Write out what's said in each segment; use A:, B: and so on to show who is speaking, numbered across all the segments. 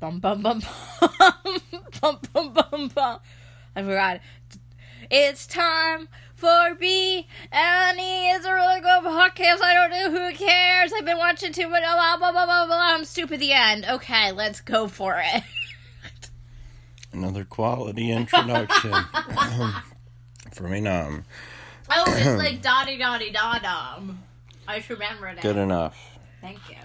A: bum bum bum bum bum bum bum bum. I forgot. It's time for B and E. It's a really good podcast. I don't know who cares. I've been watching too much. Blah blah blah blah blah. I'm stupid. The end. Okay, let's go for it.
B: Another quality introduction for me. Nom.
A: Oh, it's like dotty dotty da dum. I should remember that.
B: Good enough.
A: Thank you.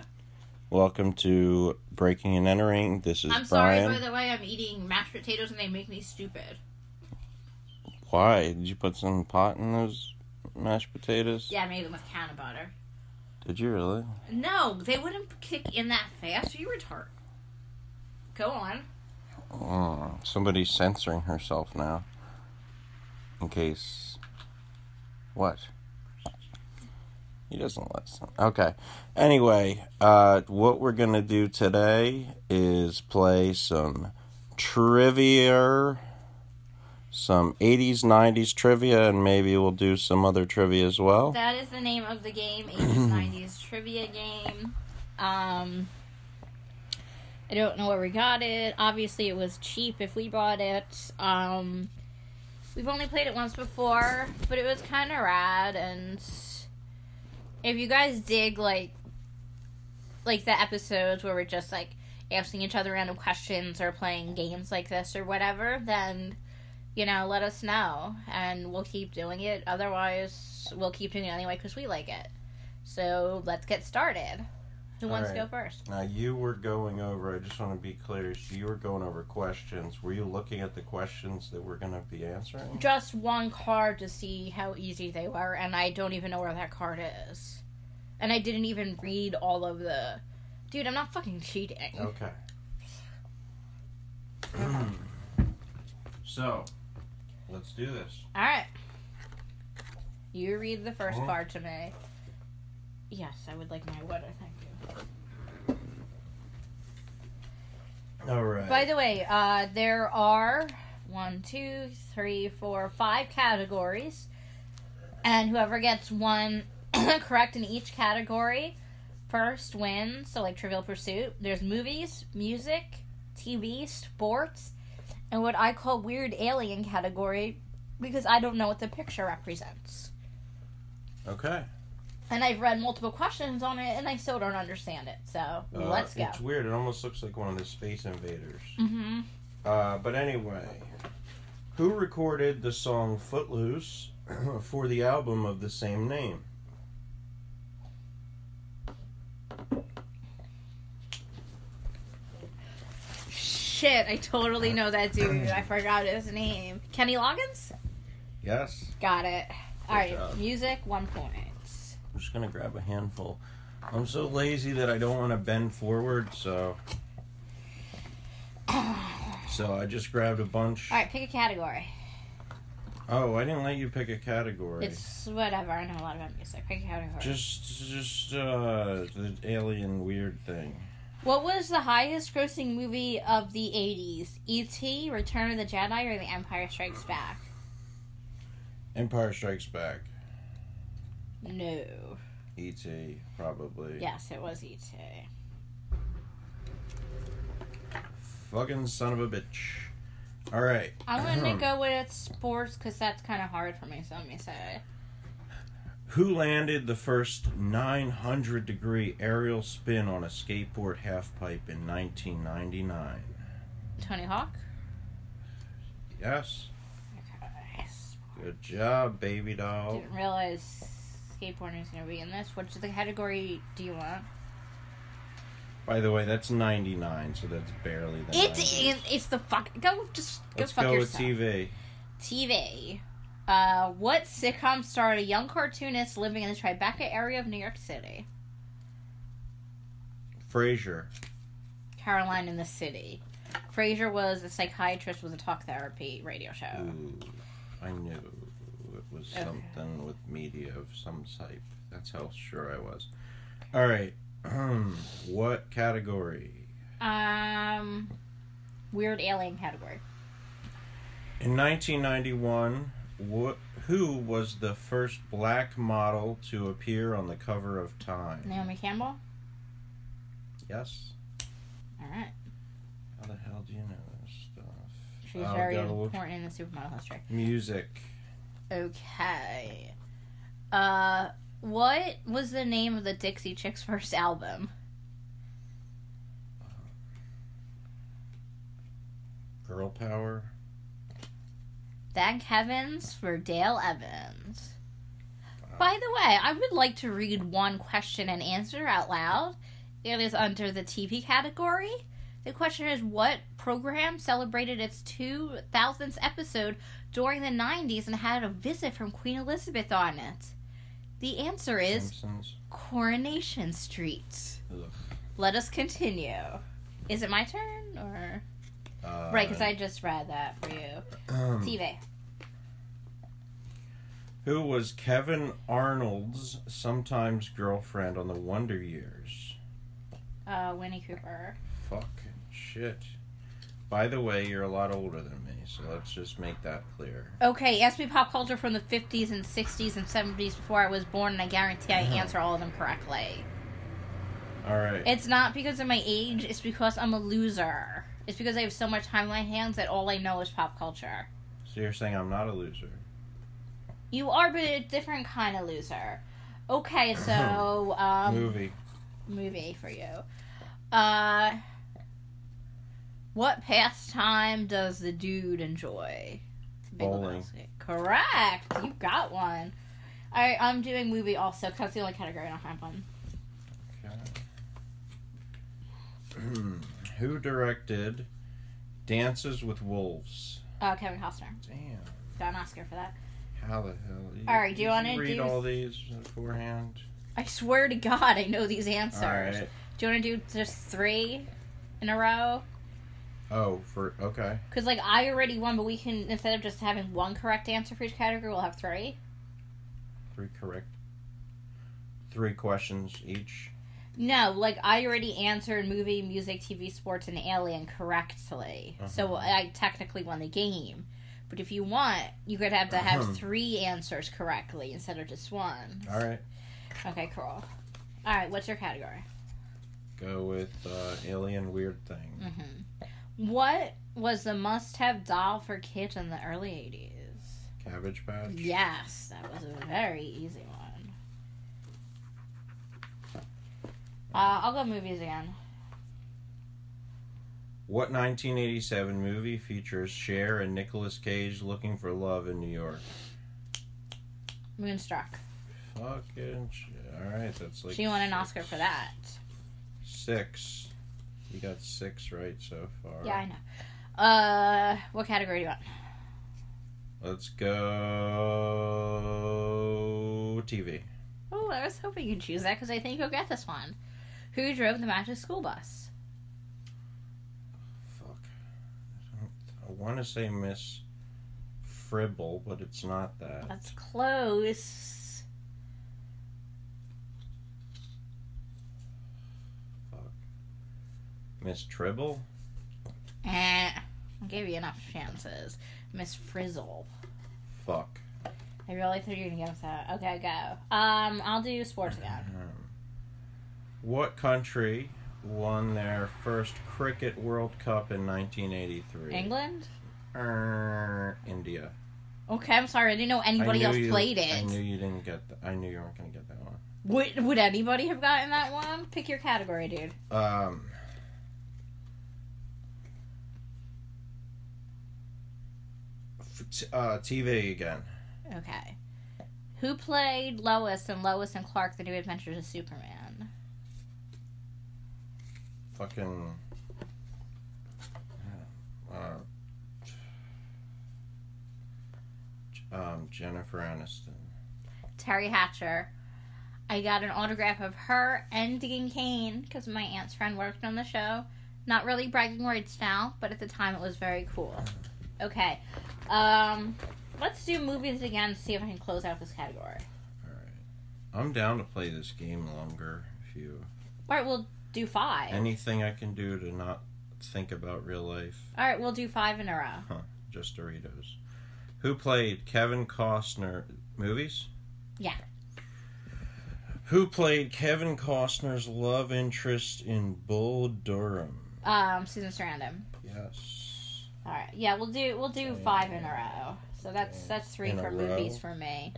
B: Welcome to Breaking and Entering. This is
A: I'm sorry,
B: Brian.
A: by the way, I'm eating mashed potatoes and they make me stupid.
B: Why did you put some pot in those mashed potatoes?
A: Yeah, I made them with can of butter.
B: Did you really?
A: No, they wouldn't kick in that fast. You retard. Go on.
B: Mm, somebody's censoring herself now. In case. What? He doesn't listen. Okay. Anyway, uh, what we're going to do today is play some trivia, some 80s, 90s trivia, and maybe we'll do some other trivia as well.
A: That is the name of the game, 80s 90s trivia game. Um I don't know where we got it. Obviously it was cheap if we bought it. Um we've only played it once before, but it was kind of rad and if you guys dig like like the episodes where we're just like asking each other random questions or playing games like this or whatever, then you know, let us know, and we'll keep doing it. Otherwise, we'll keep doing it anyway because we like it. So let's get started. Who
B: All
A: wants to
B: right.
A: go first?
B: Now, you were going over, I just want to be clear, so you were going over questions. Were you looking at the questions that we're going to be answering?
A: Just one card to see how easy they were, and I don't even know where that card is. And I didn't even read all of the. Dude, I'm not fucking cheating.
B: Okay. so, let's do this.
A: All right. You read the first
B: Huh?
A: card to me. Yes, I would like my water. Thank you.
B: All right.
A: By the way, uh, there are one, two, three, four, five categories, and whoever gets one correct in each category first wins. So, like Trivial Pursuit, there's movies, music, TV, sports, and what I call weird alien category because I don't know what the picture represents.
B: okay.
A: And I've read multiple questions on it, and I still don't understand it. So,
B: Uh,
A: let's go.
B: It's weird. It almost looks like one of the Space Invaders.
A: Mm-hmm.
B: Uh, but anyway, who recorded the song Footloose for the album of the same name?
A: Shit, I totally know that dude. I forgot his name. Kenny Loggins?
B: Yes.
A: Got it. Alright,
B: job.
A: music, one point.
B: I'm just going to grab a handful. I'm so lazy that I don't want to bend forward, so. So I just grabbed a bunch.
A: Alright, pick a category.
B: Oh, I didn't let you pick a category.
A: It's whatever, I know a lot about music. Pick a category.
B: Just, just uh, the alien weird thing.
A: what was the highest grossing movie of the 80s? E.T., Return of the Jedi, or The Empire Strikes Back?
B: Empire Strikes Back.
A: No.
B: E.T. Probably.
A: Yes, it was E E.T.
B: Fucking son of a bitch. All right.
A: I'm gonna go with sports because that's kind of hard for me, so let me say it.
B: Who landed the first 900 degree aerial spin on a skateboard halfpipe in 1999?
A: Tony Hawk?
B: Yes.
A: Okay.
B: Good job, baby doll.
A: Didn't realize skateboarding was gonna be in this. Which the category do you want?
B: By the way, that's 99, so that's barely the.
A: It
B: 90s.
A: is. It's the fuck. Go just go
B: Let's
A: fuck
B: go with
A: yourself.
B: TV.
A: TV. Uh, what sitcom starred a young cartoonist living in the Tribeca area of New York City?
B: Frasier.
A: Caroline in the City. Frasier was a psychiatrist with a talk therapy radio show.
B: Ooh, I knew it was
A: Um, Okay.
B: something with media of some type. That's how sure I was. All right. Um, what category?
A: Um, weird alien category.
B: In 1991, what, who was the first black model to appear on the cover of Time?
A: Naomi Campbell.
B: Yes.
A: All right.
B: How the hell do you know this stuff?
A: She's
B: Oh,
A: very
B: gotta look-
A: important in the supermodel history.
B: Music.
A: Okay. Uh, what was the name of the Dixie Chicks' first album?
B: Girl power.
A: Thank heavens for Dale Evans. By the way, I would like to read one question and answer out loud. It is under the TV category. The question is What program celebrated its 2000th episode during the 90s and had a visit from Queen Elizabeth on it? The answer is
B: Simpsons.
A: Coronation Street.
B: Ugh.
A: Let us continue. Is it my turn? or
B: Uh, um, hmm.
A: Right, because I just read that for you. TV.
B: Who was Kevin Arnold's sometimes girlfriend on the Wonder Years?
A: Uh, Winnie Cooper.
B: Fucking shit. By the way, you're a lot older than me, so let's just make that clear.
A: Okay, ask me pop culture from the 50s and 60s and 70s before I was born, and I guarantee
B: Mm-hmm.
A: I answer all of them correctly.
B: All right.
A: It's not because of my age, it's because I'm a loser. It's because I have so much time on my hands that all I know is pop culture.
B: so you're saying I'm not a loser.
A: You are, but a different kind of loser. Okay, so, um.
B: Movie.
A: Movie for you. Uh. What pastime does the dude enjoy? Big
B: Bowling.
A: Lebowski. Correct. You got one. I I'm doing movie also because that's the only category I don't have one.
B: Okay. Who directed Dances with Wolves?
A: Uh, Kevin Costner
B: Damn.
A: got an Oscar for that.
B: How the hell?
A: All right, do you wanna
B: read
A: do-
B: all these beforehand?
A: I swear to God, I know these answers.
B: All right.
A: Do you want to do just three in a row?
B: Oh, for okay.
A: Because like I already won, but we can instead of just having one correct answer for each category, we'll have three.
B: Three correct. Three questions each.
A: No, like I already answered movie, music, TV, sports, and alien correctly.
B: Uh-huh.
A: So I technically won the game. But if you want, you could have to have
B: Uh-huh.
A: three answers correctly instead of just one.
B: All right.
A: Okay, cool. All right, what's your category?
B: Go with uh, alien weird thing.
A: hmm What was the must-have doll for kids in the early '80s?
B: Cabbage patch.
A: Yes, that was a very easy one. Uh, I'll go movies again.
B: What 1987 movie features Cher and Nicolas Cage looking for love in New York?
A: Moonstruck.
B: Fucking shit. All right, that's like.
A: she won an
B: six-
A: Oscar for that.
B: Six. You got six right so far.
A: Yeah, I know. Uh, what category do you want?
B: Let's go TV.
A: Oh, I was hoping you'd choose that because I think you'll get this one. Who drove the magic school bus?
B: Fuck. I want to say Miss Fribble, but it's not that.
A: That's close.
B: Miss Tribble?
A: Eh, I'll give you enough chances. Miss Frizzle.
B: Fuck.
A: I really thought you were gonna go with that. Okay, go. Um, I'll do sports again.
B: Um, what country won their first Cricket World Cup in 1983?
A: England.
B: Er, India.
A: Okay, I'm sorry. I didn't know
B: I
A: anybody
B: knew
A: else
B: you-
A: played
B: I knew
A: it.
B: you didn't get that. I knew you weren't going to get that one.
A: Would Would anybody have gotten that one? Pick your category, dude.
B: Um. f- t- Uh, TV again.
A: Okay. Who played Lois and Lois and Clark: The New Adventures of Superman?
B: Fucking. Uh, um, Jennifer Aniston.
A: Terry Hatcher. I got an autograph of her and Dean Kane because my aunt's friend worked on the show. Not really bragging rights now, but at the time it was very cool. Okay. Um, let's do movies again. See if I can close out this category.
B: All right, I'm down to play this game longer. If you
A: All right, we'll do five.
B: anything I can do to not think about real life,
A: All right, we'll do five in a row.
B: just Doritos. Who played Kevin Costner? Movies.
A: Yeah.
B: Who played Kevin Costner's love interest in Bull Durham?
A: um, Susan Sarandon.
B: Yes.
A: All right. Yeah, we'll do we'll do
B: Okay.
A: five in a row. So that's
B: Okay.
A: that's three
B: In a
A: for
B: row.
A: movies for me.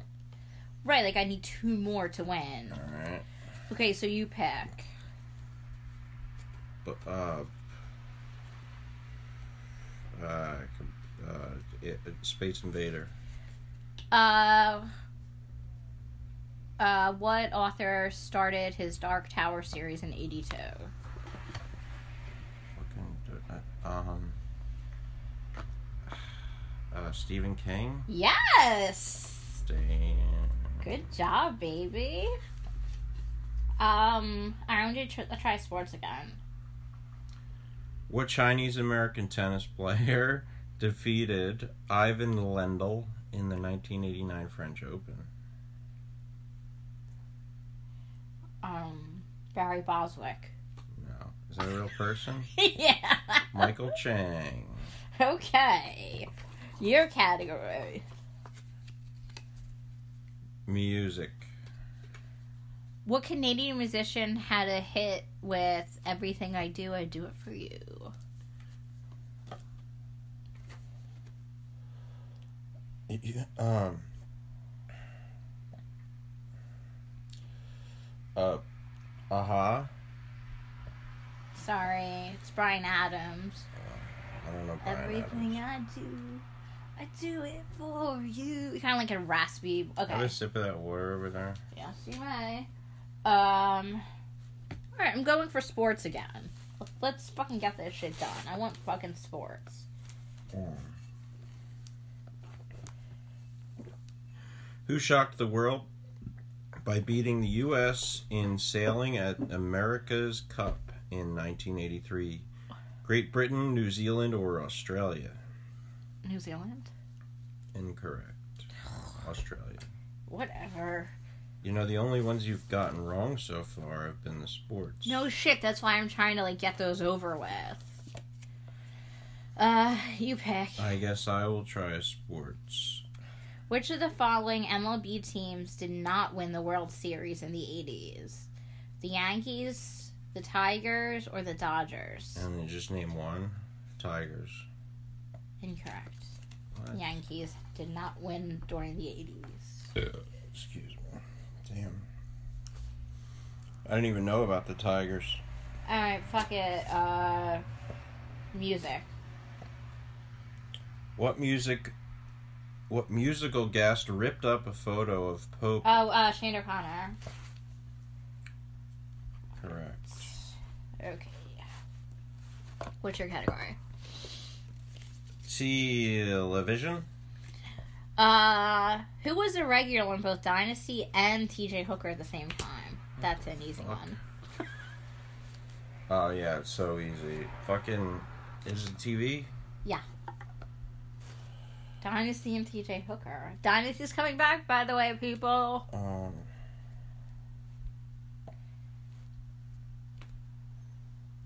A: Right, like I need two more to win.
B: All right.
A: Okay, so you pick.
B: But uh, uh, com- uh, it, it- Space Invader.
A: Uh, uh, what author started his Dark Tower series in '82?
B: Fucking uh, um. Uh, Stephen King.
A: Yes.
B: Damn.
A: Good job, baby. Um, I want you to tr- try sports again.
B: What Chinese American tennis player defeated Ivan Lendl in the 1989 French Open?
A: Um, Barry Boswick.
B: No. Is that a real person?
A: yeah.
B: Michael Chang.
A: Okay. Your category.
B: Music.
A: What Canadian musician had a hit with Everything I Do, I Do It For You?
B: Yeah, Um. Uh. uh-huh. Aha.
A: Sorry, it's Brian Adams.
B: I don't know. Brian
A: Everything I do, I do it for you. Kind of like a raspy. Okay.
B: Have a sip of that water over there.
A: Yes, you may. Um. All right, I'm going for sports again. Let's fucking get this shit done. I want fucking sports.
B: Mm. Who shocked the world by beating the U.S. in sailing at America's Cup in 1983? Great Britain, New Zealand, or Australia?
A: New Zealand.
B: Incorrect. Australia.
A: Whatever.
B: You know, the only ones you've gotten wrong so far have been the sports.
A: No shit. That's why I'm trying to like get those over with. Uh, you pick.
B: I guess I will try sports.
A: Which of the following MLB teams did not win the World Series in the 80s? The Yankees, the Tigers, or the Dodgers?
B: And then just name one Tigers.
A: Incorrect.
B: What?
A: Yankees did not win during the 80s.
B: Excuse me. Damn. I didn't even know about the Tigers.
A: Alright, fuck it. Uh, music.
B: What music? What musical guest ripped up a photo of Pope?
A: Oh, uh, Shane O'Connor.
B: Correct.
A: Okay. What's your category?
B: Television.
A: Uh, who was a regular in both Dynasty and TJ Hooker at the same time? That's an easy
B: Fuck.
A: one.
B: Oh yeah, it's so easy. Fucking is it TV?
A: Dynasty and TJ Hooker. Dynasty's coming back, by the way, people.
B: Um.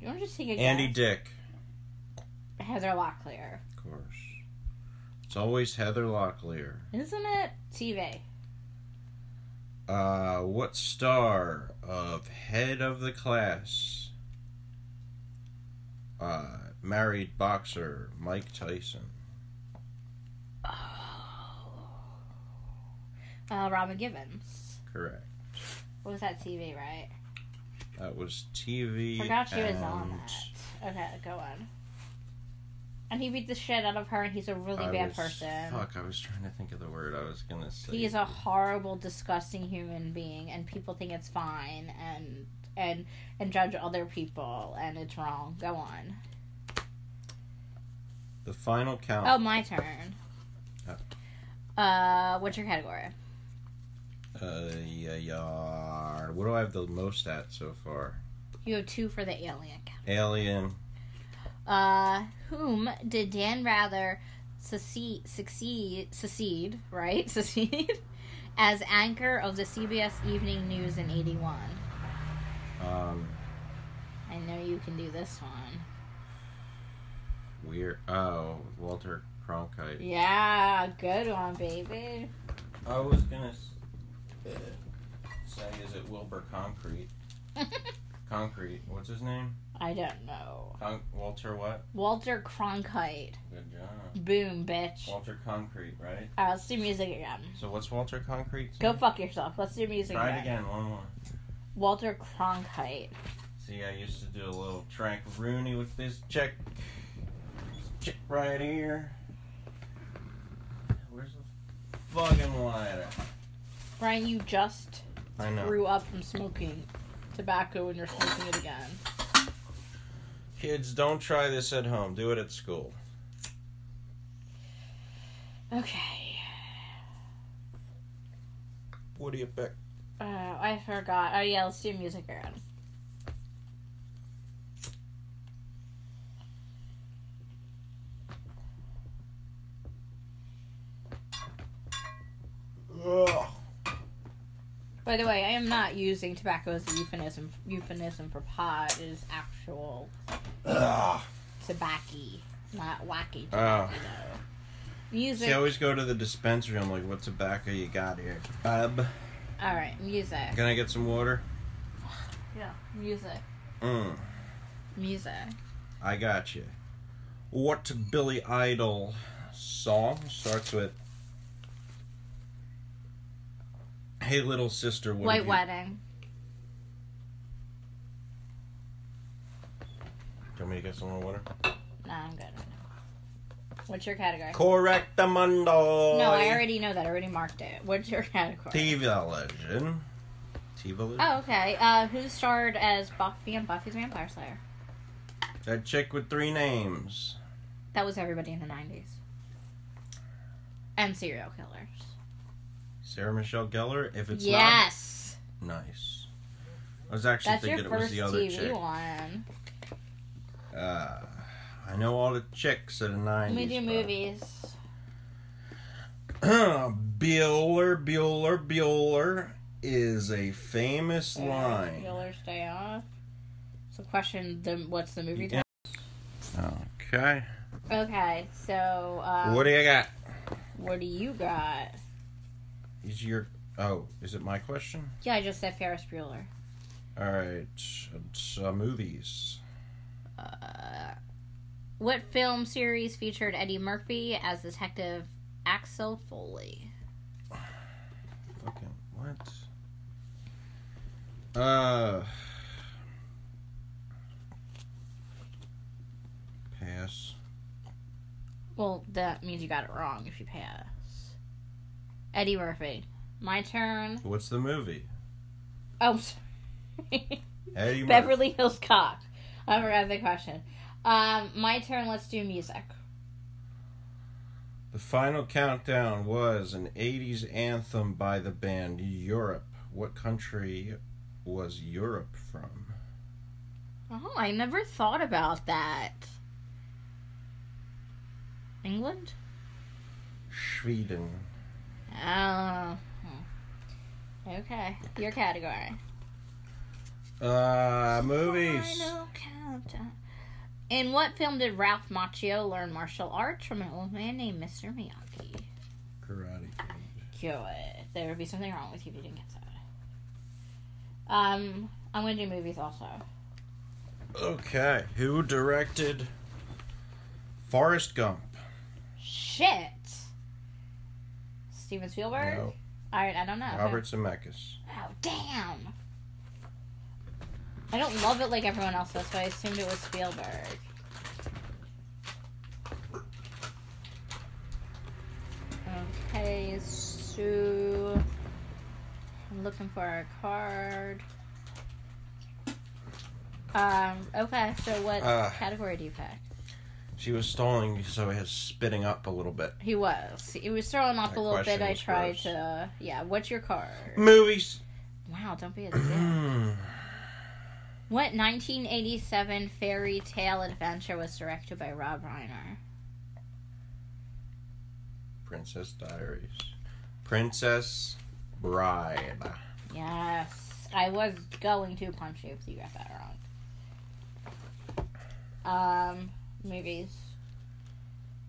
A: You want to just take a
B: Andy
A: guess?
B: Dick.
A: Heather Locklear.
B: Of course. It's always Heather Locklear.
A: Isn't it? TV.
B: Uh, what star of head of the class? Uh, married boxer Mike Tyson. Oh.
A: Uh, Robin Gibbons.
B: Correct.
A: What was that TV, right?
B: That was TV.
A: Forgot she was
B: and
A: on that. Okay, go on. And he beat the shit out of her, and he's a really
B: I
A: bad
B: was-
A: person.
B: Fuck, I was trying to think of the word I was gonna say.
A: He is a horrible, disgusting human being, and people think it's fine, and and and judge other people, and it's wrong. Go on.
B: the final count.
A: Oh, my turn. Uh, what's your category?
B: Uh, yeah, yeah. What do I have the most at so far?
A: You have two for the alien.
B: Alien.
A: Uh, whom did Dan Rather succeed, succeed, succeed, right? Succeed as anchor of the CBS Evening News in 81.
B: Um,
A: I know you can do this one.
B: weird. Oh, Walter prom kite.
A: Yeah, good one, baby.
B: I was gonna s- uh, say, is it Wilbur Concrete? Concrete. What's his name?
A: I don't know.
B: Con- Walter what?
A: Walter Cronkite.
B: Good job.
A: Boom, bitch.
B: Walter Concrete, right?
A: Alright, let's do music again.
B: So what's Walter Concrete?
A: Go fuck yourself. Let's do music
B: Try
A: again.
B: it again. One more.
A: Walter Cronkite.
B: See, I used to do a little Trank Rooney with this check. Check right here. Where's the fucking lighter?
A: Brian, you just
B: I
A: grew up from smoking tobacco and you're smoking it again.
B: Kids, don't try this at home. Do it at school.
A: Okay.
B: What do you pick?
A: Uh, I forgot. Oh, yeah, let's do music again.
B: Ugh.
A: By the way, I am not using tobacco as a euphemism euphemism for pot. It is actual
B: Ugh.
A: tobacco, not wacky.
B: Oh.
A: Music.
B: She always go to the dispensary. I'm like, what tobacco you got here? Bub.
A: All right, music.
B: Can I get some water?
A: Yeah, music.
B: Mm.
A: Music.
B: I got you. What Billy Idol song starts with Hey little sister, what
A: White
B: have you-
A: wedding.
B: Do you want me to get some more water?
A: No, I'm good. right now. What's your category?
B: Correct the mundo.
A: No, I already know that. I already marked it. What's your category?
B: Television. Television.
A: Oh, okay. Uh, who starred as Buffy and Buffy's Vampire Slayer?
B: That chick with three names.
A: That was everybody in the '90s. And serial killers.
B: Sarah Michelle Gellar. If it's
A: yes,
B: not nice. I was actually
A: that's your
B: thinking it was
A: first
B: the other
A: TV
B: chick.
A: one.
B: Uh, I know all the chicks of the
A: Let me
B: nineties.
A: do movies.
B: Bueller, Bueller, Bueller is a famous line.
A: Killers Day Off. So, question: the, What's the movie?
B: Yeah. Okay.
A: title? Okay, so uh,
B: what do you got?
A: what do you got?
B: Is your oh? Is it my question?
A: Yeah, I just said Ferris Bueller.
B: All right. It's uh, movies.
A: Uh, what film series featured Eddie Murphy as Detective Axel Foley?
B: Fucking what? Uh. Pass.
A: Well, that means you got it wrong if you pass. Eddie Murphy. My turn.
B: What's the movie?
A: Oh, I'm sorry.
B: Eddie Murphy.
A: Beverly Hills Cop. I forgot the question. Um, my turn. Let's do music.
B: The final countdown was an 80s anthem by the band Europe. What country was Europe from?
A: Oh, I never thought about that. England?
B: Sweden.
A: Oh. Okay. Your category.
B: Uh, movies.
A: Final countdown. In what film did Ralph Macchio learn martial arts from an old man named Mr. Miyagi?
B: Karate.
A: Good. There would be something wrong with you if you didn't get that. Um, I'm gonna do movies also.
B: Okay. Who directed Forrest Gump?
A: Shit. Steven Spielberg.
B: No.
A: All right, I don't know. Okay.
B: Robert Zemeckis.
A: Oh damn. I don't love it like everyone else does, so I assumed it was Spielberg. Okay, so I'm looking for a card. Um, okay, so what
B: Uh.
A: category do you pick?
B: She was stalling, so it was spitting up a little bit.
A: He was. He was throwing up
B: That
A: a little
B: question
A: bit. I
B: was Mm.
A: tried
B: gross.
A: to. Yeah, what's your card?
B: Movies.
A: Wow, don't be a dick. What 1987 fairy tale adventure was directed by Rob Reiner?
B: Princess Diaries. Princess Bride.
A: Yes, I was going to punch you if you got that wrong. Um, movies.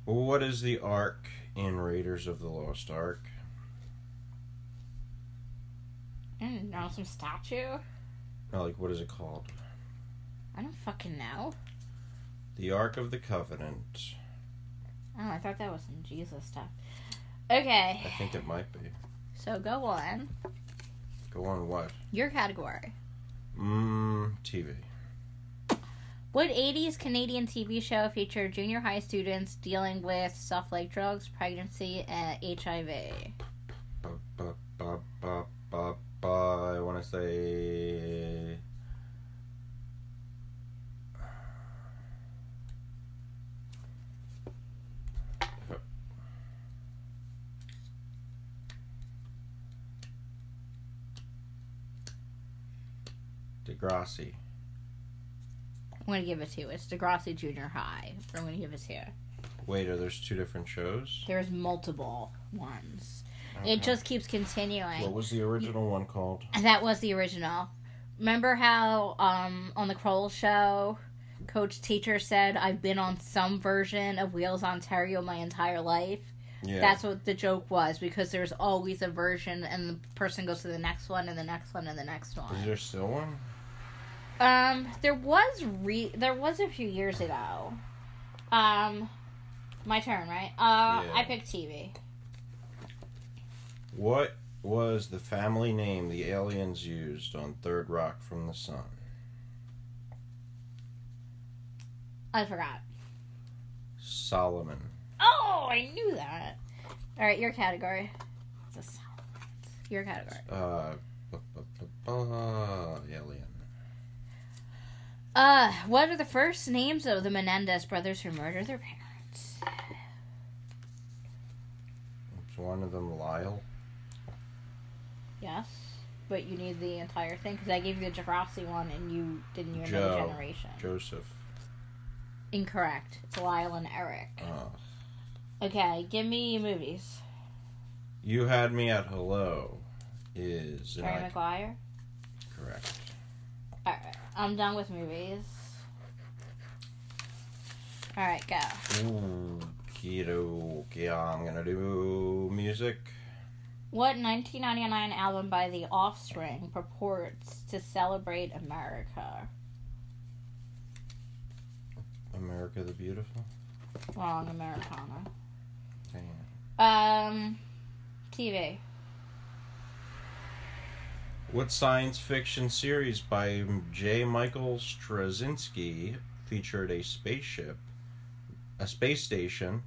B: What is the arc in Raiders of the Lost Ark?
A: And now Mm, some statue.
B: No, like what is it called?
A: I don't fucking know.
B: The Ark of the Covenant.
A: Oh, I thought that was some Jesus stuff.
B: I
A: Okay,
B: think it might be.
A: so go on.
B: Go on, what?
A: Your category.
B: Mmm, TV.
A: What 80s Canadian TV show featured junior high students dealing with stuff like drugs, pregnancy, and HIV?
B: Ba, ba, ba, ba, ba, ba. I want to say. Degrassi.
A: I'm going to give it to you. It's Degrassi Junior High. I'm going to give it to you.
B: Wait, are there's two different shows?
A: There's multiple ones. It just keeps continuing.
B: What was the original one called?
A: That was the original. Remember how um, on the Kroll show, Coach Teacher said, I've been on some version of Wheels Ontario my entire life?
B: Yeah.
A: That's what the joke was because there's always a version, and the person goes to the next one, and the next one, and the next
B: Is
A: one.
B: there still one?
A: Um, there was re there was a few years ago. Um, my turn, right? Uh,
B: Yeah.
A: I picked TV.
B: What was the family name the aliens used on Third Rock from the Sun?
A: I forgot.
B: Solomon.
A: Oh, I knew that. All right, your category. It's a solid. Your category.
B: Uh, bu- bu- bu- bu- alien.
A: Uh, what are the first names of the Menendez brothers who murdered their parents?
B: Is one of them Lyle?
A: Yes, but you need the entire thing because I gave you the Degrassi one and you didn't even know
B: Joe.
A: the generation.
B: Joseph.
A: Incorrect. It's Lyle and Eric.
B: Oh.
A: Okay, give me movies.
B: You had me at hello. Is an
A: Jerry
B: icon
A: Maguire.
B: correct?
A: All right, I'm done with movies. All right, go.
B: Ooh, keto. Yeah, I'm gonna do music.
A: What 1999 album by The Offspring purports to celebrate America?
B: America the Beautiful.
A: Wrong, Americana.
B: Damn.
A: Um, TV.
B: What science fiction series by J. Michael Straczynski featured a spaceship, a space station,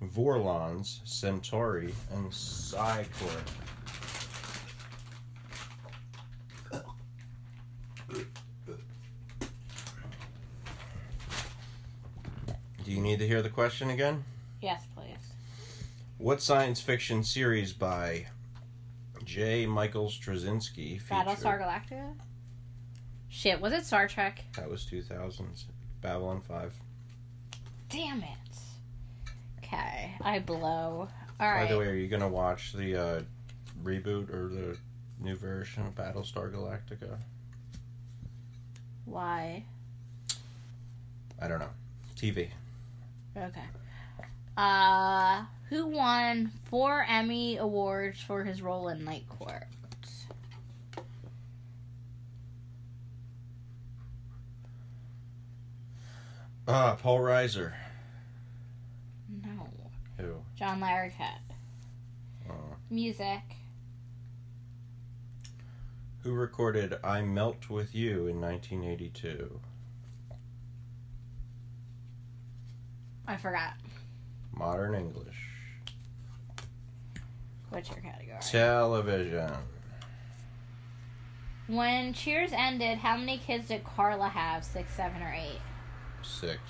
B: Vorlons, Centauri, and Psychor? Do you need to hear the question again?
A: Yes, please.
B: What science fiction series by J. Michael Straczynski featured?
A: Battlestar Galactica? Shit, was it Star Trek?
B: That was 2000s. Babylon 5.
A: Damn it. Okay, I blow.
B: By
A: Alright.
B: the way, are you going to watch the uh, reboot or the new version of Battlestar Galactica?
A: Why?
B: I don't know. TV.
A: Okay. Uh, who won four Emmy Awards for his role in Night Court?
B: Uh, Paul Reiser.
A: No.
B: Who?
A: John Larroquette.
B: Uh,
A: Music.
B: who recorded I Melt With You in 1982?
A: I forgot.
B: Modern English.
A: What's your category?
B: Television.
A: When Cheers ended, how many kids did Carla have? Six, seven, or eight?
B: Six.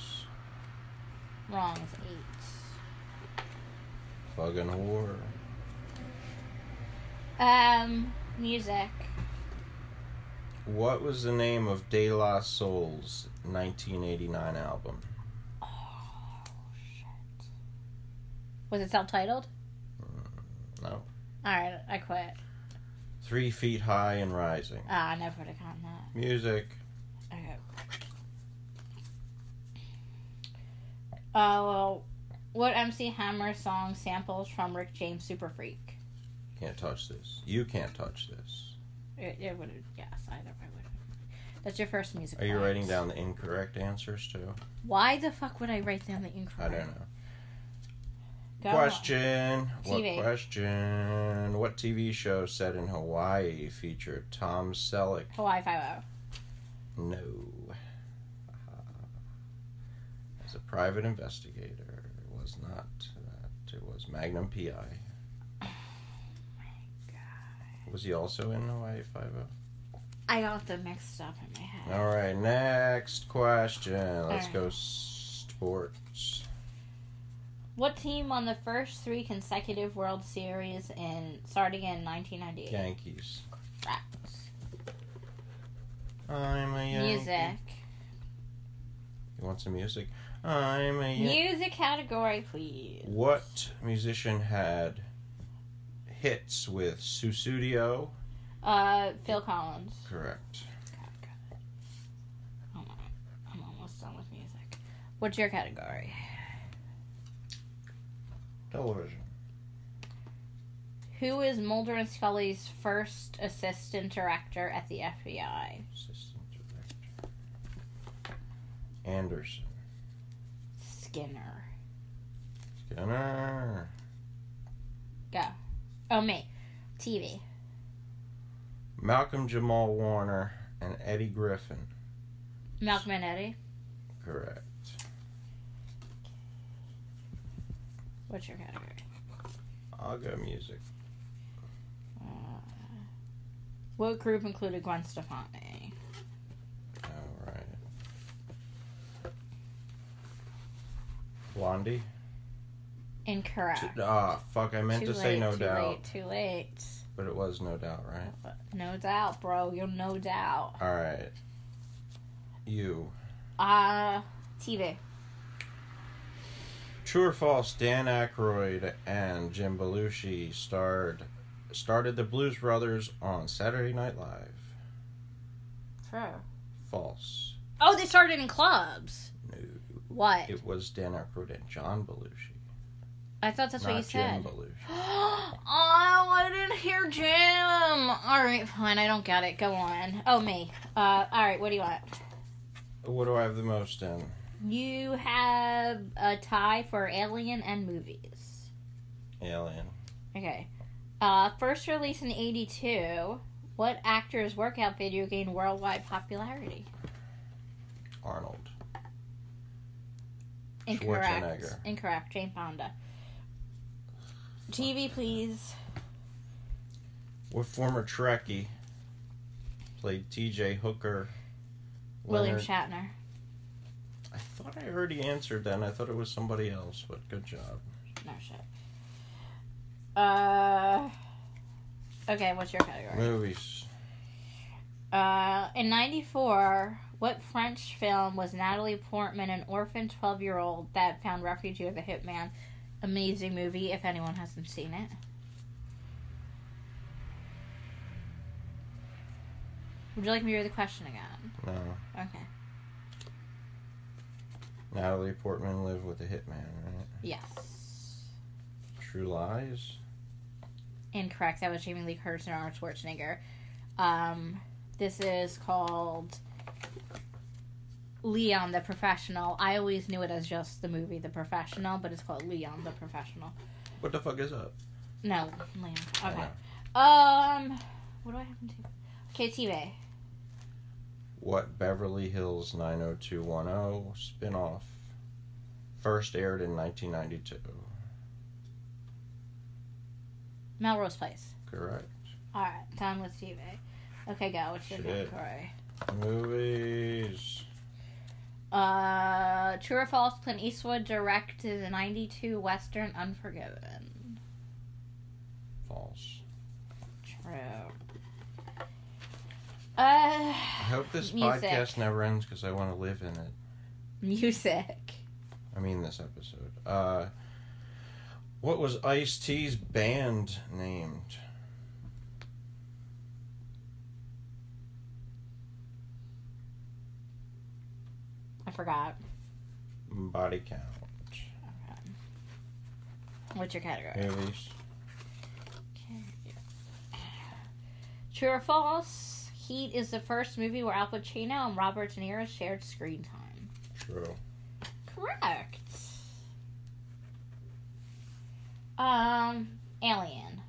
A: Wrong is eight.
B: Fucking whore.
A: Um, music.
B: What was the name of De La Soul's 1989 album?
A: Oh, Was it self-titled?
B: No.
A: All right, I quit.
B: Three Feet High and Rising.
A: Ah, I never would have gotten that.
B: Music.
A: Okay. Uh, well, What MC Hammer song samples from Rick James Super Freak?
B: Can't touch this. You can't touch this.
A: It, it would have, yes, either way would have. That's your first music.
B: Are you
A: box.
B: writing down the incorrect answers too?
A: Why the fuck would I write down the
B: I
A: incorrect?
B: don't know.
A: Go on.
B: Question.
A: TV.
B: What question? What TV show set in Hawaii featured Tom Selleck?
A: Hawaii Five O.
B: No. As a private investigator, it was not that. It was Magnum PI.
A: Oh
B: Was he also in Hawaii Five O?
A: I got them mixed up in my head.
B: All right, next question. Let's
A: right.
B: go sports.
A: What team won the first three consecutive World Series in starting in 1998?
B: Yankees.
A: Correct.
B: I'm a Yankee.
A: Music.
B: You want some music? I'm a Yankee.
A: Music category, please.
B: What musician had hits with Susudio?
A: Uh, Phil Collins.
B: Correct.
A: God, God. Hold on. I'm almost done with music. What's your category?
B: Television.
A: Who is Mulder and Scully's first assistant director at the FBI?
B: Assistant director. Anderson.
A: Skinner.
B: Skinner.
A: Oh, me. TV.
B: Malcolm Jamal Warner and Eddie Griffin.
A: Malcolm and Eddie.
B: Correct.
A: What's your category?
B: I'll go music.
A: Uh, what group included Gwen Stefani?
B: All right. Blondie?
A: Incorrect.
B: T- Ah, fuck, I meant to say no
A: too
B: doubt.
A: Late, too late.
B: But it was no doubt, right?
A: No doubt, bro. You're no doubt.
B: All right. You.
A: Uh, TV.
B: True or false? Dan Aykroyd and Jim Belushi starred started the Blues Brothers on Saturday Night Live.
A: True.
B: False.
A: Oh, they started in clubs.
B: No.
A: What?
B: It was Dan Aykroyd and John Belushi,
A: I thought that's what
B: not
A: you
B: Jim
A: said.
B: Belushi.
A: oh, I didn't hear Jim. All right, fine. I don't got it. Go on. Oh, me. Uh, all right. What do you want?
B: What do I have the most in?
A: You have a tie for Alien and movies.
B: Alien.
A: Okay. Uh, first released in 82, what actor's workout video gained worldwide popularity?
B: Arnold.
A: Incorrect.
B: Schwarzenegger.
A: Incorrect. Jane Fonda. TV, please.
B: What former Trekkie played T.J. Hooker?
A: William
B: Leonard-
A: Shatner.
B: I thought I already answered that. And I thought it was somebody else, but good job.
A: No shit. Uh. Okay, what's your category?
B: Movies.
A: Uh, in '94, what French film was Natalie Portman, an orphan 12-year-old that found refuge with a hitman? Amazing movie. If anyone hasn't seen it, would you like me to read the question again?
B: No.
A: Okay.
B: Natalie Portman lived with a hitman, right?
A: Yes.
B: True Lies.
A: Incorrect. That was Jamie Lee Curtis and Arnold Schwarzenegger. Um, this is called Leon the Professional. I always knew it as just the movie The Professional, but it's called Leon the Professional.
B: What the fuck is up?
A: No, Leon.
B: I
A: Okay.
B: know.
A: Um, what do I have to? Okay, TV.
B: What Beverly Hills 90210 spin-off first aired in 1992.
A: Melrose Place.
B: Correct.
A: All right, done with TV. Okay, go. What's your
B: Shit.
A: category?
B: Movies.
A: Uh, true or false? Clint Eastwood directed the '92 Western Unforgiven.
B: False.
A: True. Uh,
B: I hope this
A: Music.
B: podcast never ends because I want to live in it.
A: music.
B: I mean this episode. Uh, what was Ice T's band named?
A: I forgot.
B: Body Count.
A: What's your category?
B: Movies.
A: True or false? Heat is the first movie where Al Pacino and Robert De Niro shared screen time.
B: True.
A: Correct. Um, Alien.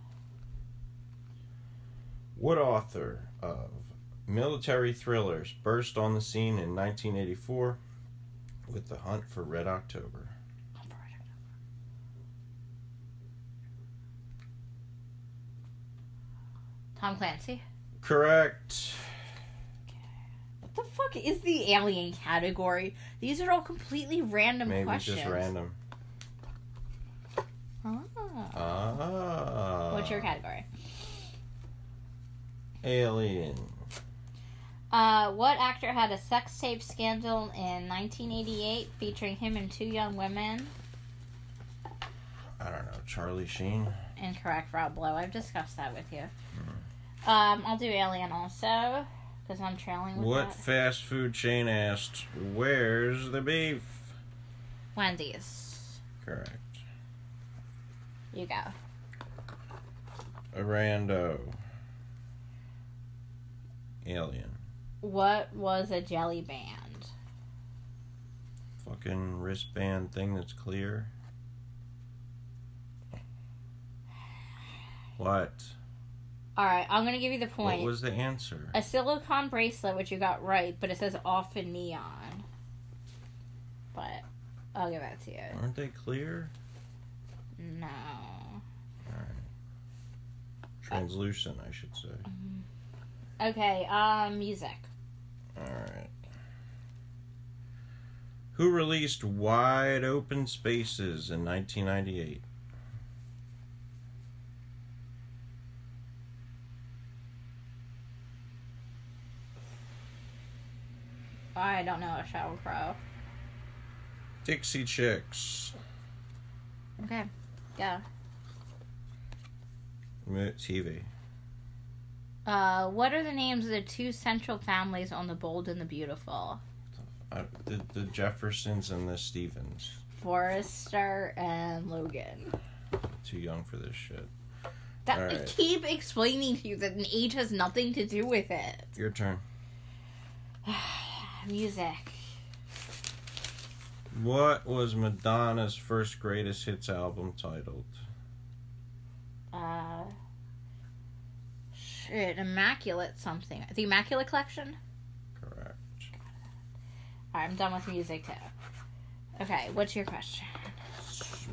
B: What author of military thrillers burst on the scene in 1984 with The Hunt for Red October?
A: Tom Clancy.
B: Correct.
A: What the fuck is the alien category? These are all completely random
B: Maybe
A: questions.
B: just random.
A: Ah.
B: Ah.
A: What's your category?
B: Alien.
A: Uh, what actor had a sex tape scandal in 1988 featuring him and two young women?
B: I don't know. Charlie Sheen.
A: Incorrect, Rob Lowe. I've discussed that with you.
B: Hmm.
A: Um, I'll do Alien also because I'm trailing with
B: What
A: that.
B: fast food chain asked, "Where's the beef?"
A: Wendy's.
B: Correct.
A: You go.
B: Rando. Alien.
A: What was a jelly band?
B: Fucking wristband thing that's clear. What?
A: All right, I'm gonna give you the
B: What
A: point.
B: was the answer?
A: a silicone bracelet, which you got right, but it says off in neon. But I'll give that to you.
B: Aren't they clear?
A: No.
B: Translucent, I should say.
A: Okay. Um, music.
B: Alright. Who released Wide Open Spaces in 1998?
A: I don't know a shower pro.
B: Dixie Chicks.
A: Okay. Yeah.
B: Mo- TV.
A: Uh, what are the names of the two central families on The Bold and the Beautiful?
B: Uh, the, the Jeffersons and the Stevens.
A: Forrester and Logan.
B: Too young for this shit.
A: That
B: All
A: I
B: right.
A: keep explaining to you that an age has nothing to do with it.
B: Your turn.
A: Music.
B: What was Madonna's first greatest hits album titled?
A: Uh, shit, Immaculate something. The Immaculate Collection?
B: Correct.
A: Alright, I'm done with music too. Okay, what's your question?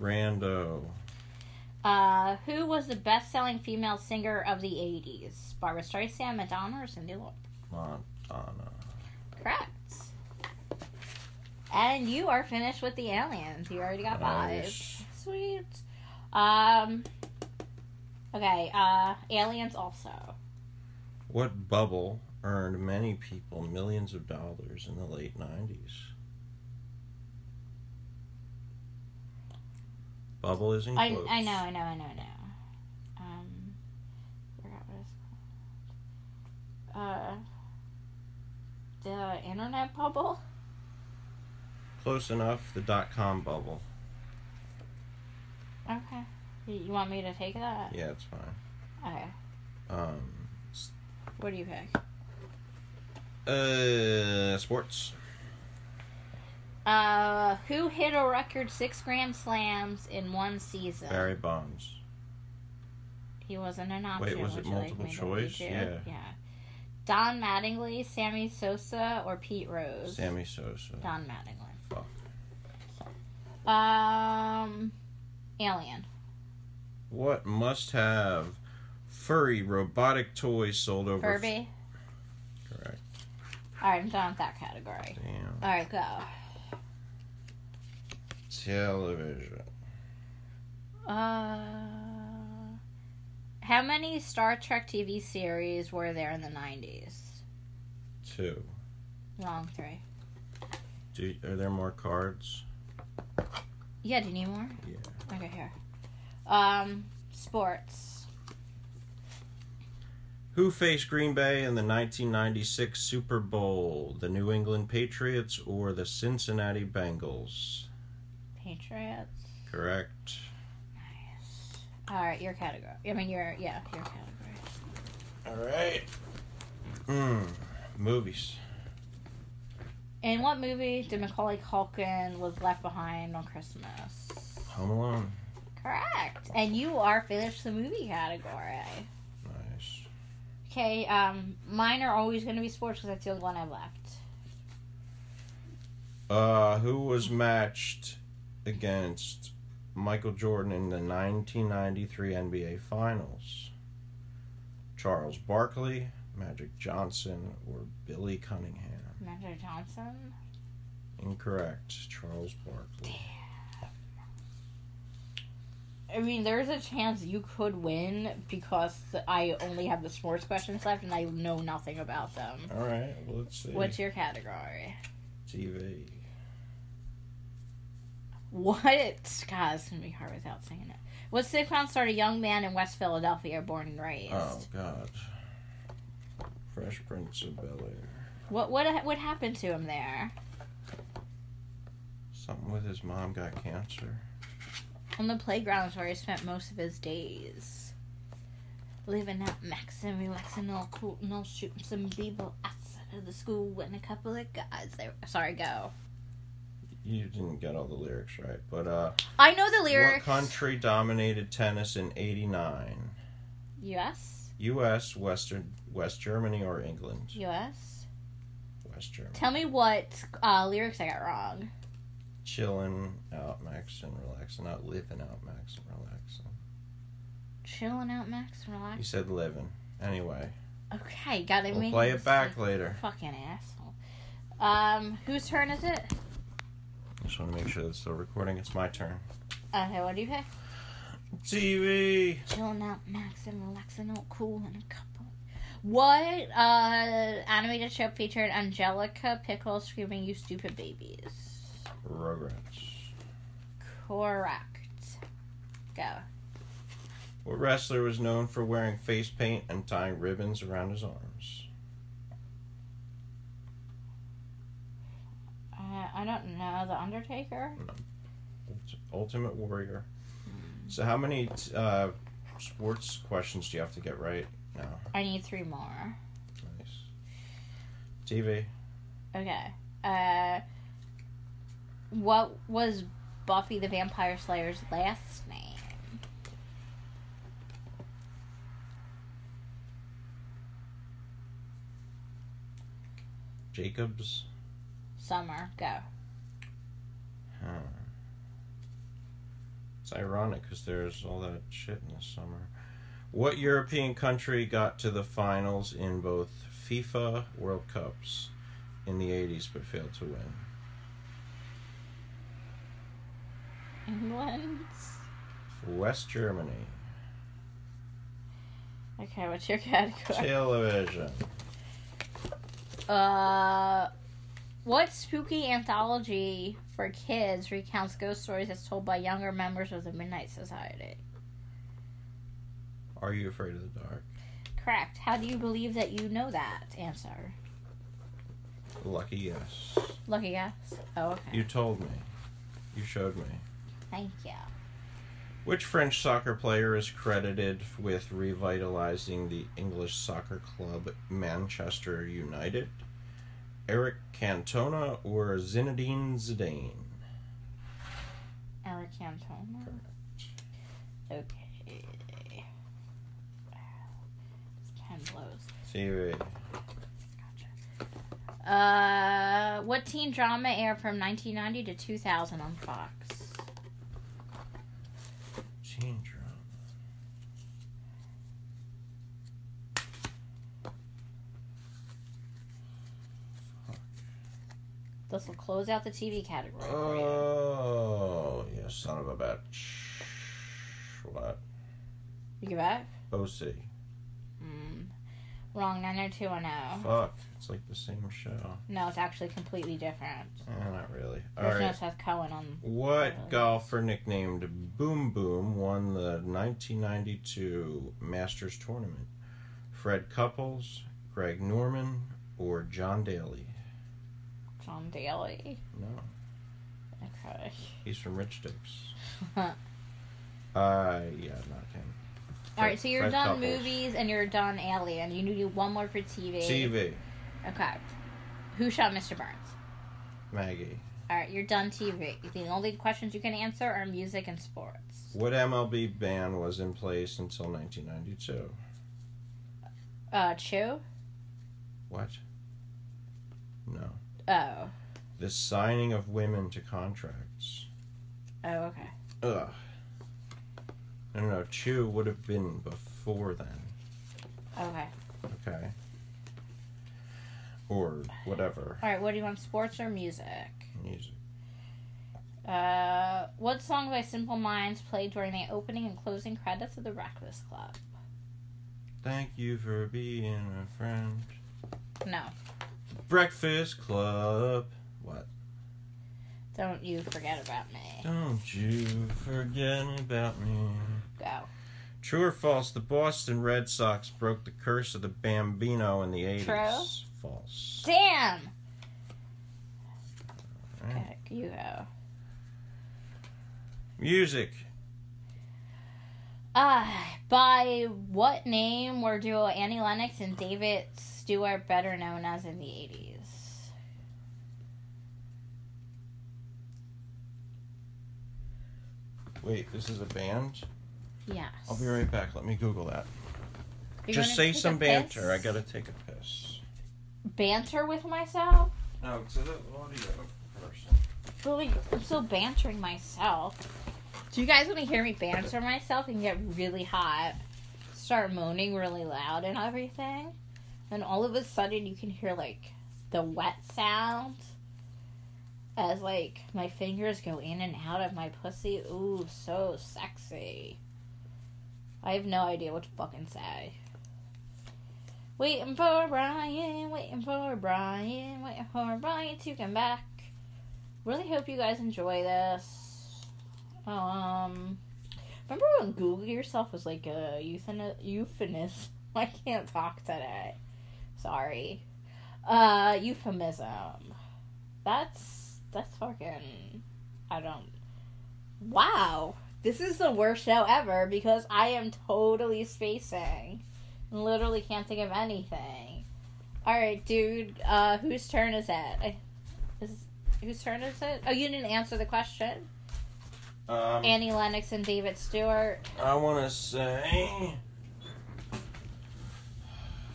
B: Rando.
A: Uh, who was the best selling female singer of the 80s? Barbara Streisand, Madonna, or Cindy Lauper?
B: Madonna.
A: Correct. And you are finished with the aliens. You already
B: Oh,
A: got five.
B: Nice.
A: Sweet. Um. Okay. Uh, aliens also.
B: What bubble earned many people millions of dollars in the late 90s? Bubble is in
A: I,
B: quotes.
A: I know. I know. I know. I know. Um. Forgot what it's called. Uh. The internet bubble.
B: Close enough, the dot com bubble.
A: Okay. You, you want me to take that?
B: Yeah, it's fine.
A: Okay.
B: Um,
A: What do you pick?
B: uh, sports.
A: Uh, who hit a record six grand slams in one season?
B: Barry Bonds.
A: He wasn't an option.
B: was it
A: would you
B: multiple
A: me to
B: choice?
A: read you?
B: Yeah.
A: Yeah. Don Mattingly, Sammy Sosa, or Pete Rose?
B: Sammy Sosa.
A: Don Mattingly.
B: Fuck.
A: Um, Alien.
B: What must have furry robotic toys sold over?
A: Furby.
B: Correct.
A: All right, I'm done with that category.
B: Damn.
A: All right, go.
B: Television.
A: Uh, how many Star Trek TV series were there in the 90s?
B: Two.
A: Wrong three.
B: Do, are there more cards?
A: Yeah, do you need more?
B: Yeah.
A: Okay, here. Um, sports.
B: Who faced Green Bay in the 1996 Super Bowl? The New England Patriots or the Cincinnati Bengals?
A: Patriots.
B: Correct.
A: Nice. All right, your category. I mean, your yeah, your category.
B: All right. Mm, movies.
A: In what movie did Macaulay Culkin was left behind on Christmas?
B: Home Alone.
A: Correct. And you are finished the movie category.
B: Nice.
A: Okay, um, mine are always going to be sports because that's the only one I left.
B: Uh, who was matched against Michael Jordan in the 1993 NBA Finals? Charles Barkley, Magic Johnson, or Billy Cunningham?
A: Magic Johnson.
B: Incorrect. Charles Barkley.
A: I mean, there's a chance you could win because I only have the sports questions left and I know nothing about them.
B: All right. Well, let's see.
A: What's your category?
B: TV?
A: What? God, it's gonna be hard without saying it. What sitcom starred a young man in West Philadelphia born and raised?
B: Oh God. Fresh Prince of Bel Air.
A: What what what happened to him there?
B: Something with his mom got cancer.
A: On the playground is where he spent most of his days. Living out maxing, relaxing, all cool, and all shooting some people outside of the school and a couple of guys. There. Sorry, go.
B: You didn't get all the lyrics right, but uh,
A: I know the
B: what
A: lyrics.
B: country dominated tennis in '89?
A: U.S.
B: U.S., Western, West Germany, or England?
A: U.S.
B: West Germany.
A: Tell me what uh, lyrics I got wrong.
B: Chilling out, maxing, relaxing, out, living out, maxing, relaxing.
A: Chilling out, Max.
B: You
A: Relax.
B: said living. Anyway,
A: Okay, got it.
B: we'll play it back later.
A: Fucking asshole. Um, whose turn is it?
B: Just want to make sure that's still recording. It's my turn.
A: Okay, what do you pick?
B: TV.
A: chilling out, maxing, relaxing, all cool, and a couple. What uh, animated show featured Angelica Pickle screaming, "You stupid babies"?
B: Rugrats.
A: Correct. Go.
B: What wrestler was known for wearing face paint and tying ribbons around his arms?
A: Uh, I don't know the Undertaker.
B: Ult- Ultimate Warrior. So, how many t- uh, sports questions do you have to get right now?
A: I need three more.
B: Nice. TV.
A: Okay. Uh, what was Buffy the Vampire Slayer's last name?
B: Jacobs.
A: Summer. Go.
B: Huh. It's ironic because there's all that shit in the summer. What European country got to the finals in both FIFA World Cups in the 80s but failed to win?
A: England.
B: West Germany.
A: Okay, what's your category?
B: Television.
A: Uh, what spooky anthology for kids recounts ghost stories as told by younger members of the Midnight Society?
B: Are you afraid of the dark?
A: Correct. How do you believe that you know that answer?
B: Lucky yes.
A: Lucky guess. Oh, okay.
B: You told me. You showed me.
A: Thank you.
B: Which French soccer player is credited with revitalizing the English soccer club Manchester United? Eric Cantona or Zinedine Zidane?
A: Eric Cantona. Okay. This pen blows.
B: TV.
A: Uh, what teen drama aired from 1990 to 2000 on Fox?
B: Teen drama.
A: This will close out the TV category for you.
B: Uh, Oh, you son of a bitch. What?
A: You give up?
B: OC.
A: Mm. Wrong, 90210.
B: Fuck. It's like the same show.
A: No, it's actually completely different.
B: Eh, not really.
A: There's
B: Alright.
A: no Seth Cohen on.
B: What golfer nicknamed Boom Boom won the 1992 Masters tournament? Fred Couples, Greg Norman, or John Daly?
A: John Daly.
B: No,
A: Okay.
B: he's from Rich Dicks. Uh, yeah, not him.
A: All right, so you're
B: Fred
A: done
B: Couples.
A: movies and you're done Alien. You need to do one more for TV.
B: TV,
A: Okay. Who shot Mr. Burns?
B: Maggie.
A: All right, you're done TV. The only questions you can answer are music and sports.
B: What MLB ban was in place until 1992?
A: Uh, Chew?
B: What? No.
A: Oh.
B: The signing of women to contracts.
A: Oh, okay.
B: Ugh. No, no, no. Chew would have been before then.
A: Okay.
B: Okay. Or whatever.
A: All right, what do you want, sports or music?
B: Music.
A: Uh, what song by Simple Minds played during the opening and closing credits of the Breakfast Club?
B: Thank you for being a friend.
A: No,
B: Breakfast Club. What?
A: don't you forget about me.
B: Don't you forget about me.
A: Go.
B: True or false, the Boston Red Sox broke the curse of the Bambino in the 80s. False.
A: Damn!
B: Alright.
A: Heck, you go.
B: Music.
A: Uh, by what name were duo Annie Lennox and David Stewart better known as in the 80s?
B: Wait, this is a band?
A: Yes.
B: I'll be right back. Let me Google that.
A: You
B: Just
A: wanna
B: say
A: take a
B: some banter. I
A: piss?
B: gotta take a piss.
A: Banter with myself?
B: No, to the audio person.
A: But like, I'm still bantering myself. Do you guys want to hear me banter myself and get really hot? Start moaning really loud and everything? And all of a sudden, you can hear like the wet sound as like my fingers go in and out of my pussy. Ooh, so sexy. I have no idea what to fucking say. Waiting for Brian, waiting for Brian, waiting for Brian to come back really hope you guys enjoy this. Um, remember when Google yourself was like a euthana- euphemism? I can't talk today. Sorry. Uh, euphemism. That's that's fucking. I don't. Wow, this is the worst show ever because I am totally spacing. Literally can't think of anything. All right, dude. Uh, whose turn is it? I- Is Whose turn is it? Oh, you didn't answer the question.
B: Um,
A: Annie Lennox and David Stewart.
B: I want to say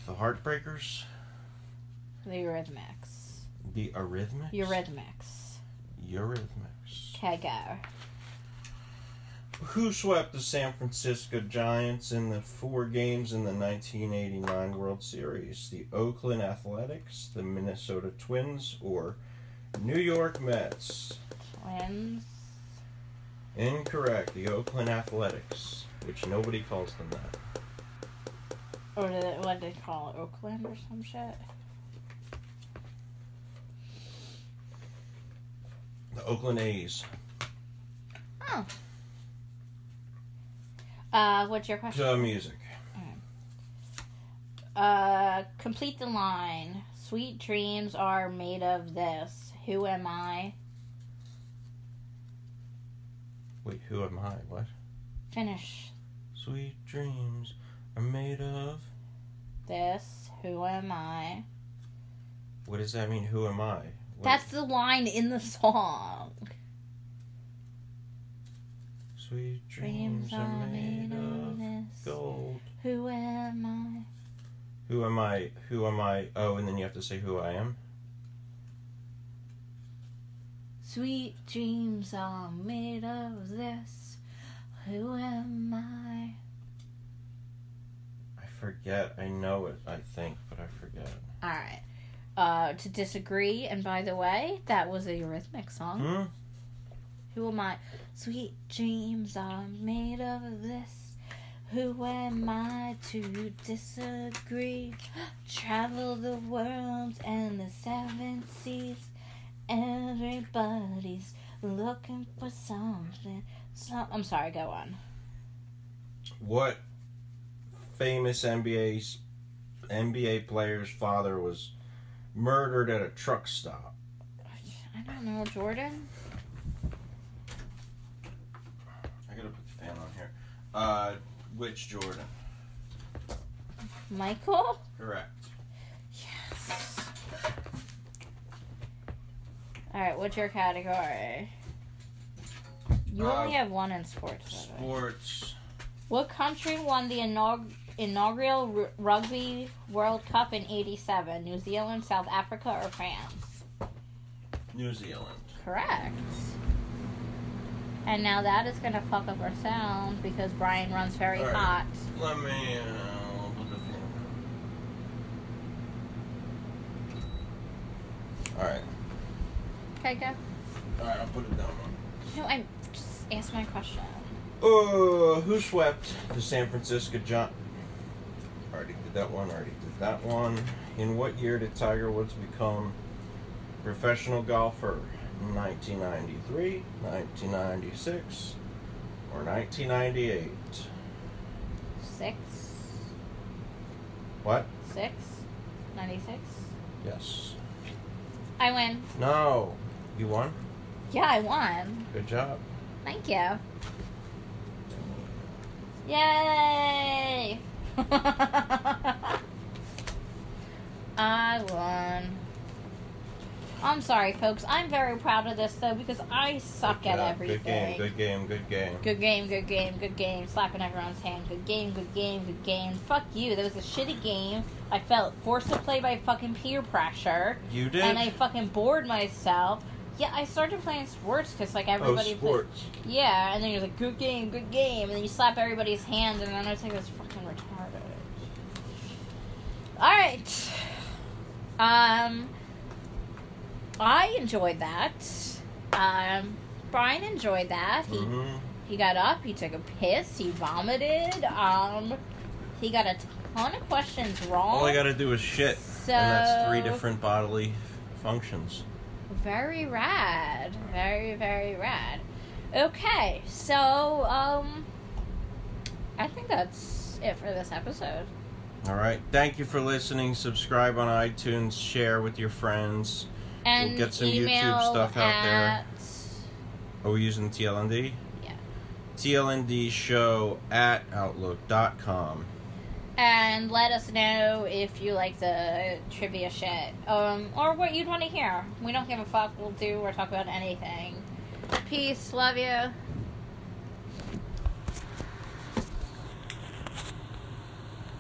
B: the Heartbreakers,
A: The Eurythmics.
B: the Eurythmics,
A: Eurythmics.
B: Eurythmics.
A: Okay, go.
B: Who swept the San Francisco Giants in the four games in the 1989 World Series? The Oakland Athletics, the Minnesota Twins, or New York Mets?
A: Twins.
B: Incorrect. The Oakland Athletics, which nobody calls them that.
A: Or did it, what did they call it? Oakland or some shit?
B: The Oakland A's.
A: Oh. Uh, what's your question?
B: To music.
A: Uh, complete the line. Sweet dreams are made of this. Who am I?
B: Wait, who am I? What?
A: Finish
B: Sweet dreams are made of.
A: this. Who am I?
B: What does that mean? Who am I? What-
A: That's the line in the song.
B: Sweet
A: Dreams are made of
B: of
A: this.
B: gold.
A: Who am I?
B: Who am I? Who am I? Oh, and then you have to say who I am.
A: Sweet dreams are made of this. Who am I?
B: I forget. I know it. I think, but I forget.
A: Alright. Uh, to disagree, and by the way, that was a Eurythmic song.
B: Hmm.
A: Who am I? Sweet dreams are made of this. Who am I to disagree? Travel the world and the seven seas. Everybody's looking for something. So, I'm sorry, go on.
B: What famous NBA 's- NBA player's father was murdered at a truck stop?
A: I don't know, Jordan?
B: I gotta put the fan on here. Uh, which Jordan?
A: Michael?
B: Correct.
A: Yes. Alright, what's your category? You
B: Uh,
A: only have one in sports. by the way.
B: Sports.
A: What country won the inaug- inaugural Ru- Rugby World Cup in 87? New Zealand, South Africa, or France?
B: New Zealand.
A: Correct. And now that is going to fuck up our sound because Brian runs very
B: All right.
A: hot.
B: Let me. Uh, put the thing. All right.
A: Okay, go.
B: All right. I'll put it down.
A: No, I'm just ask my question.
B: Uh, who swept the San Francisco Giant? Already did that one. Already did that one. In what year did Tiger Woods become professional golfer? 1993, 1996, or 1998?
A: Six,
B: What?
A: six, ninety-six.
B: Yes.
A: I win.
B: No. You won.
A: Yeah, I won.
B: Good job.
A: Thank you. Yay! I won. I'm sorry, folks. I'm very proud of this, though, because I suck
B: Good
A: at
B: job.
A: everything.
B: Good game. Good game. Good game.
A: Good game, good game, good game. Slapping everyone's hand. Good game, good game, good game. Fuck you. That was a shitty game. I felt forced to play by fucking peer pressure.
B: You did.
A: And I fucking bored myself. Yeah, I started playing sports because, like,
B: oh,
A: everybody. played-
B: sports.
A: yeah, and then you're like, good game, good game. And then you slap everybody's hand, and then I was like, that's fucking retarded. Alright. Um, I enjoyed that. Um, Brian enjoyed that. He
B: hmm
A: he got up, he took a piss, he vomited. Um, he got a ton of questions wrong.
B: All I gotta do is shit, and that's three
A: So-
B: different bodily functions.
A: Very rad. Very, very rad. Okay, so, um, I think that's it for this episode.
B: All right. Thank you for listening. Subscribe on iTunes. Share with your friends.
A: And
B: get some YouTube
A: email
B: stuff out there.
A: at-
B: Are we using TLND?
A: Yeah.
B: TLND show at outlook.com.
A: And let us know if you like the trivia shit, um, or what you'd want to hear. We don't give a fuck. We'll do or talk about anything. Peace. Love you.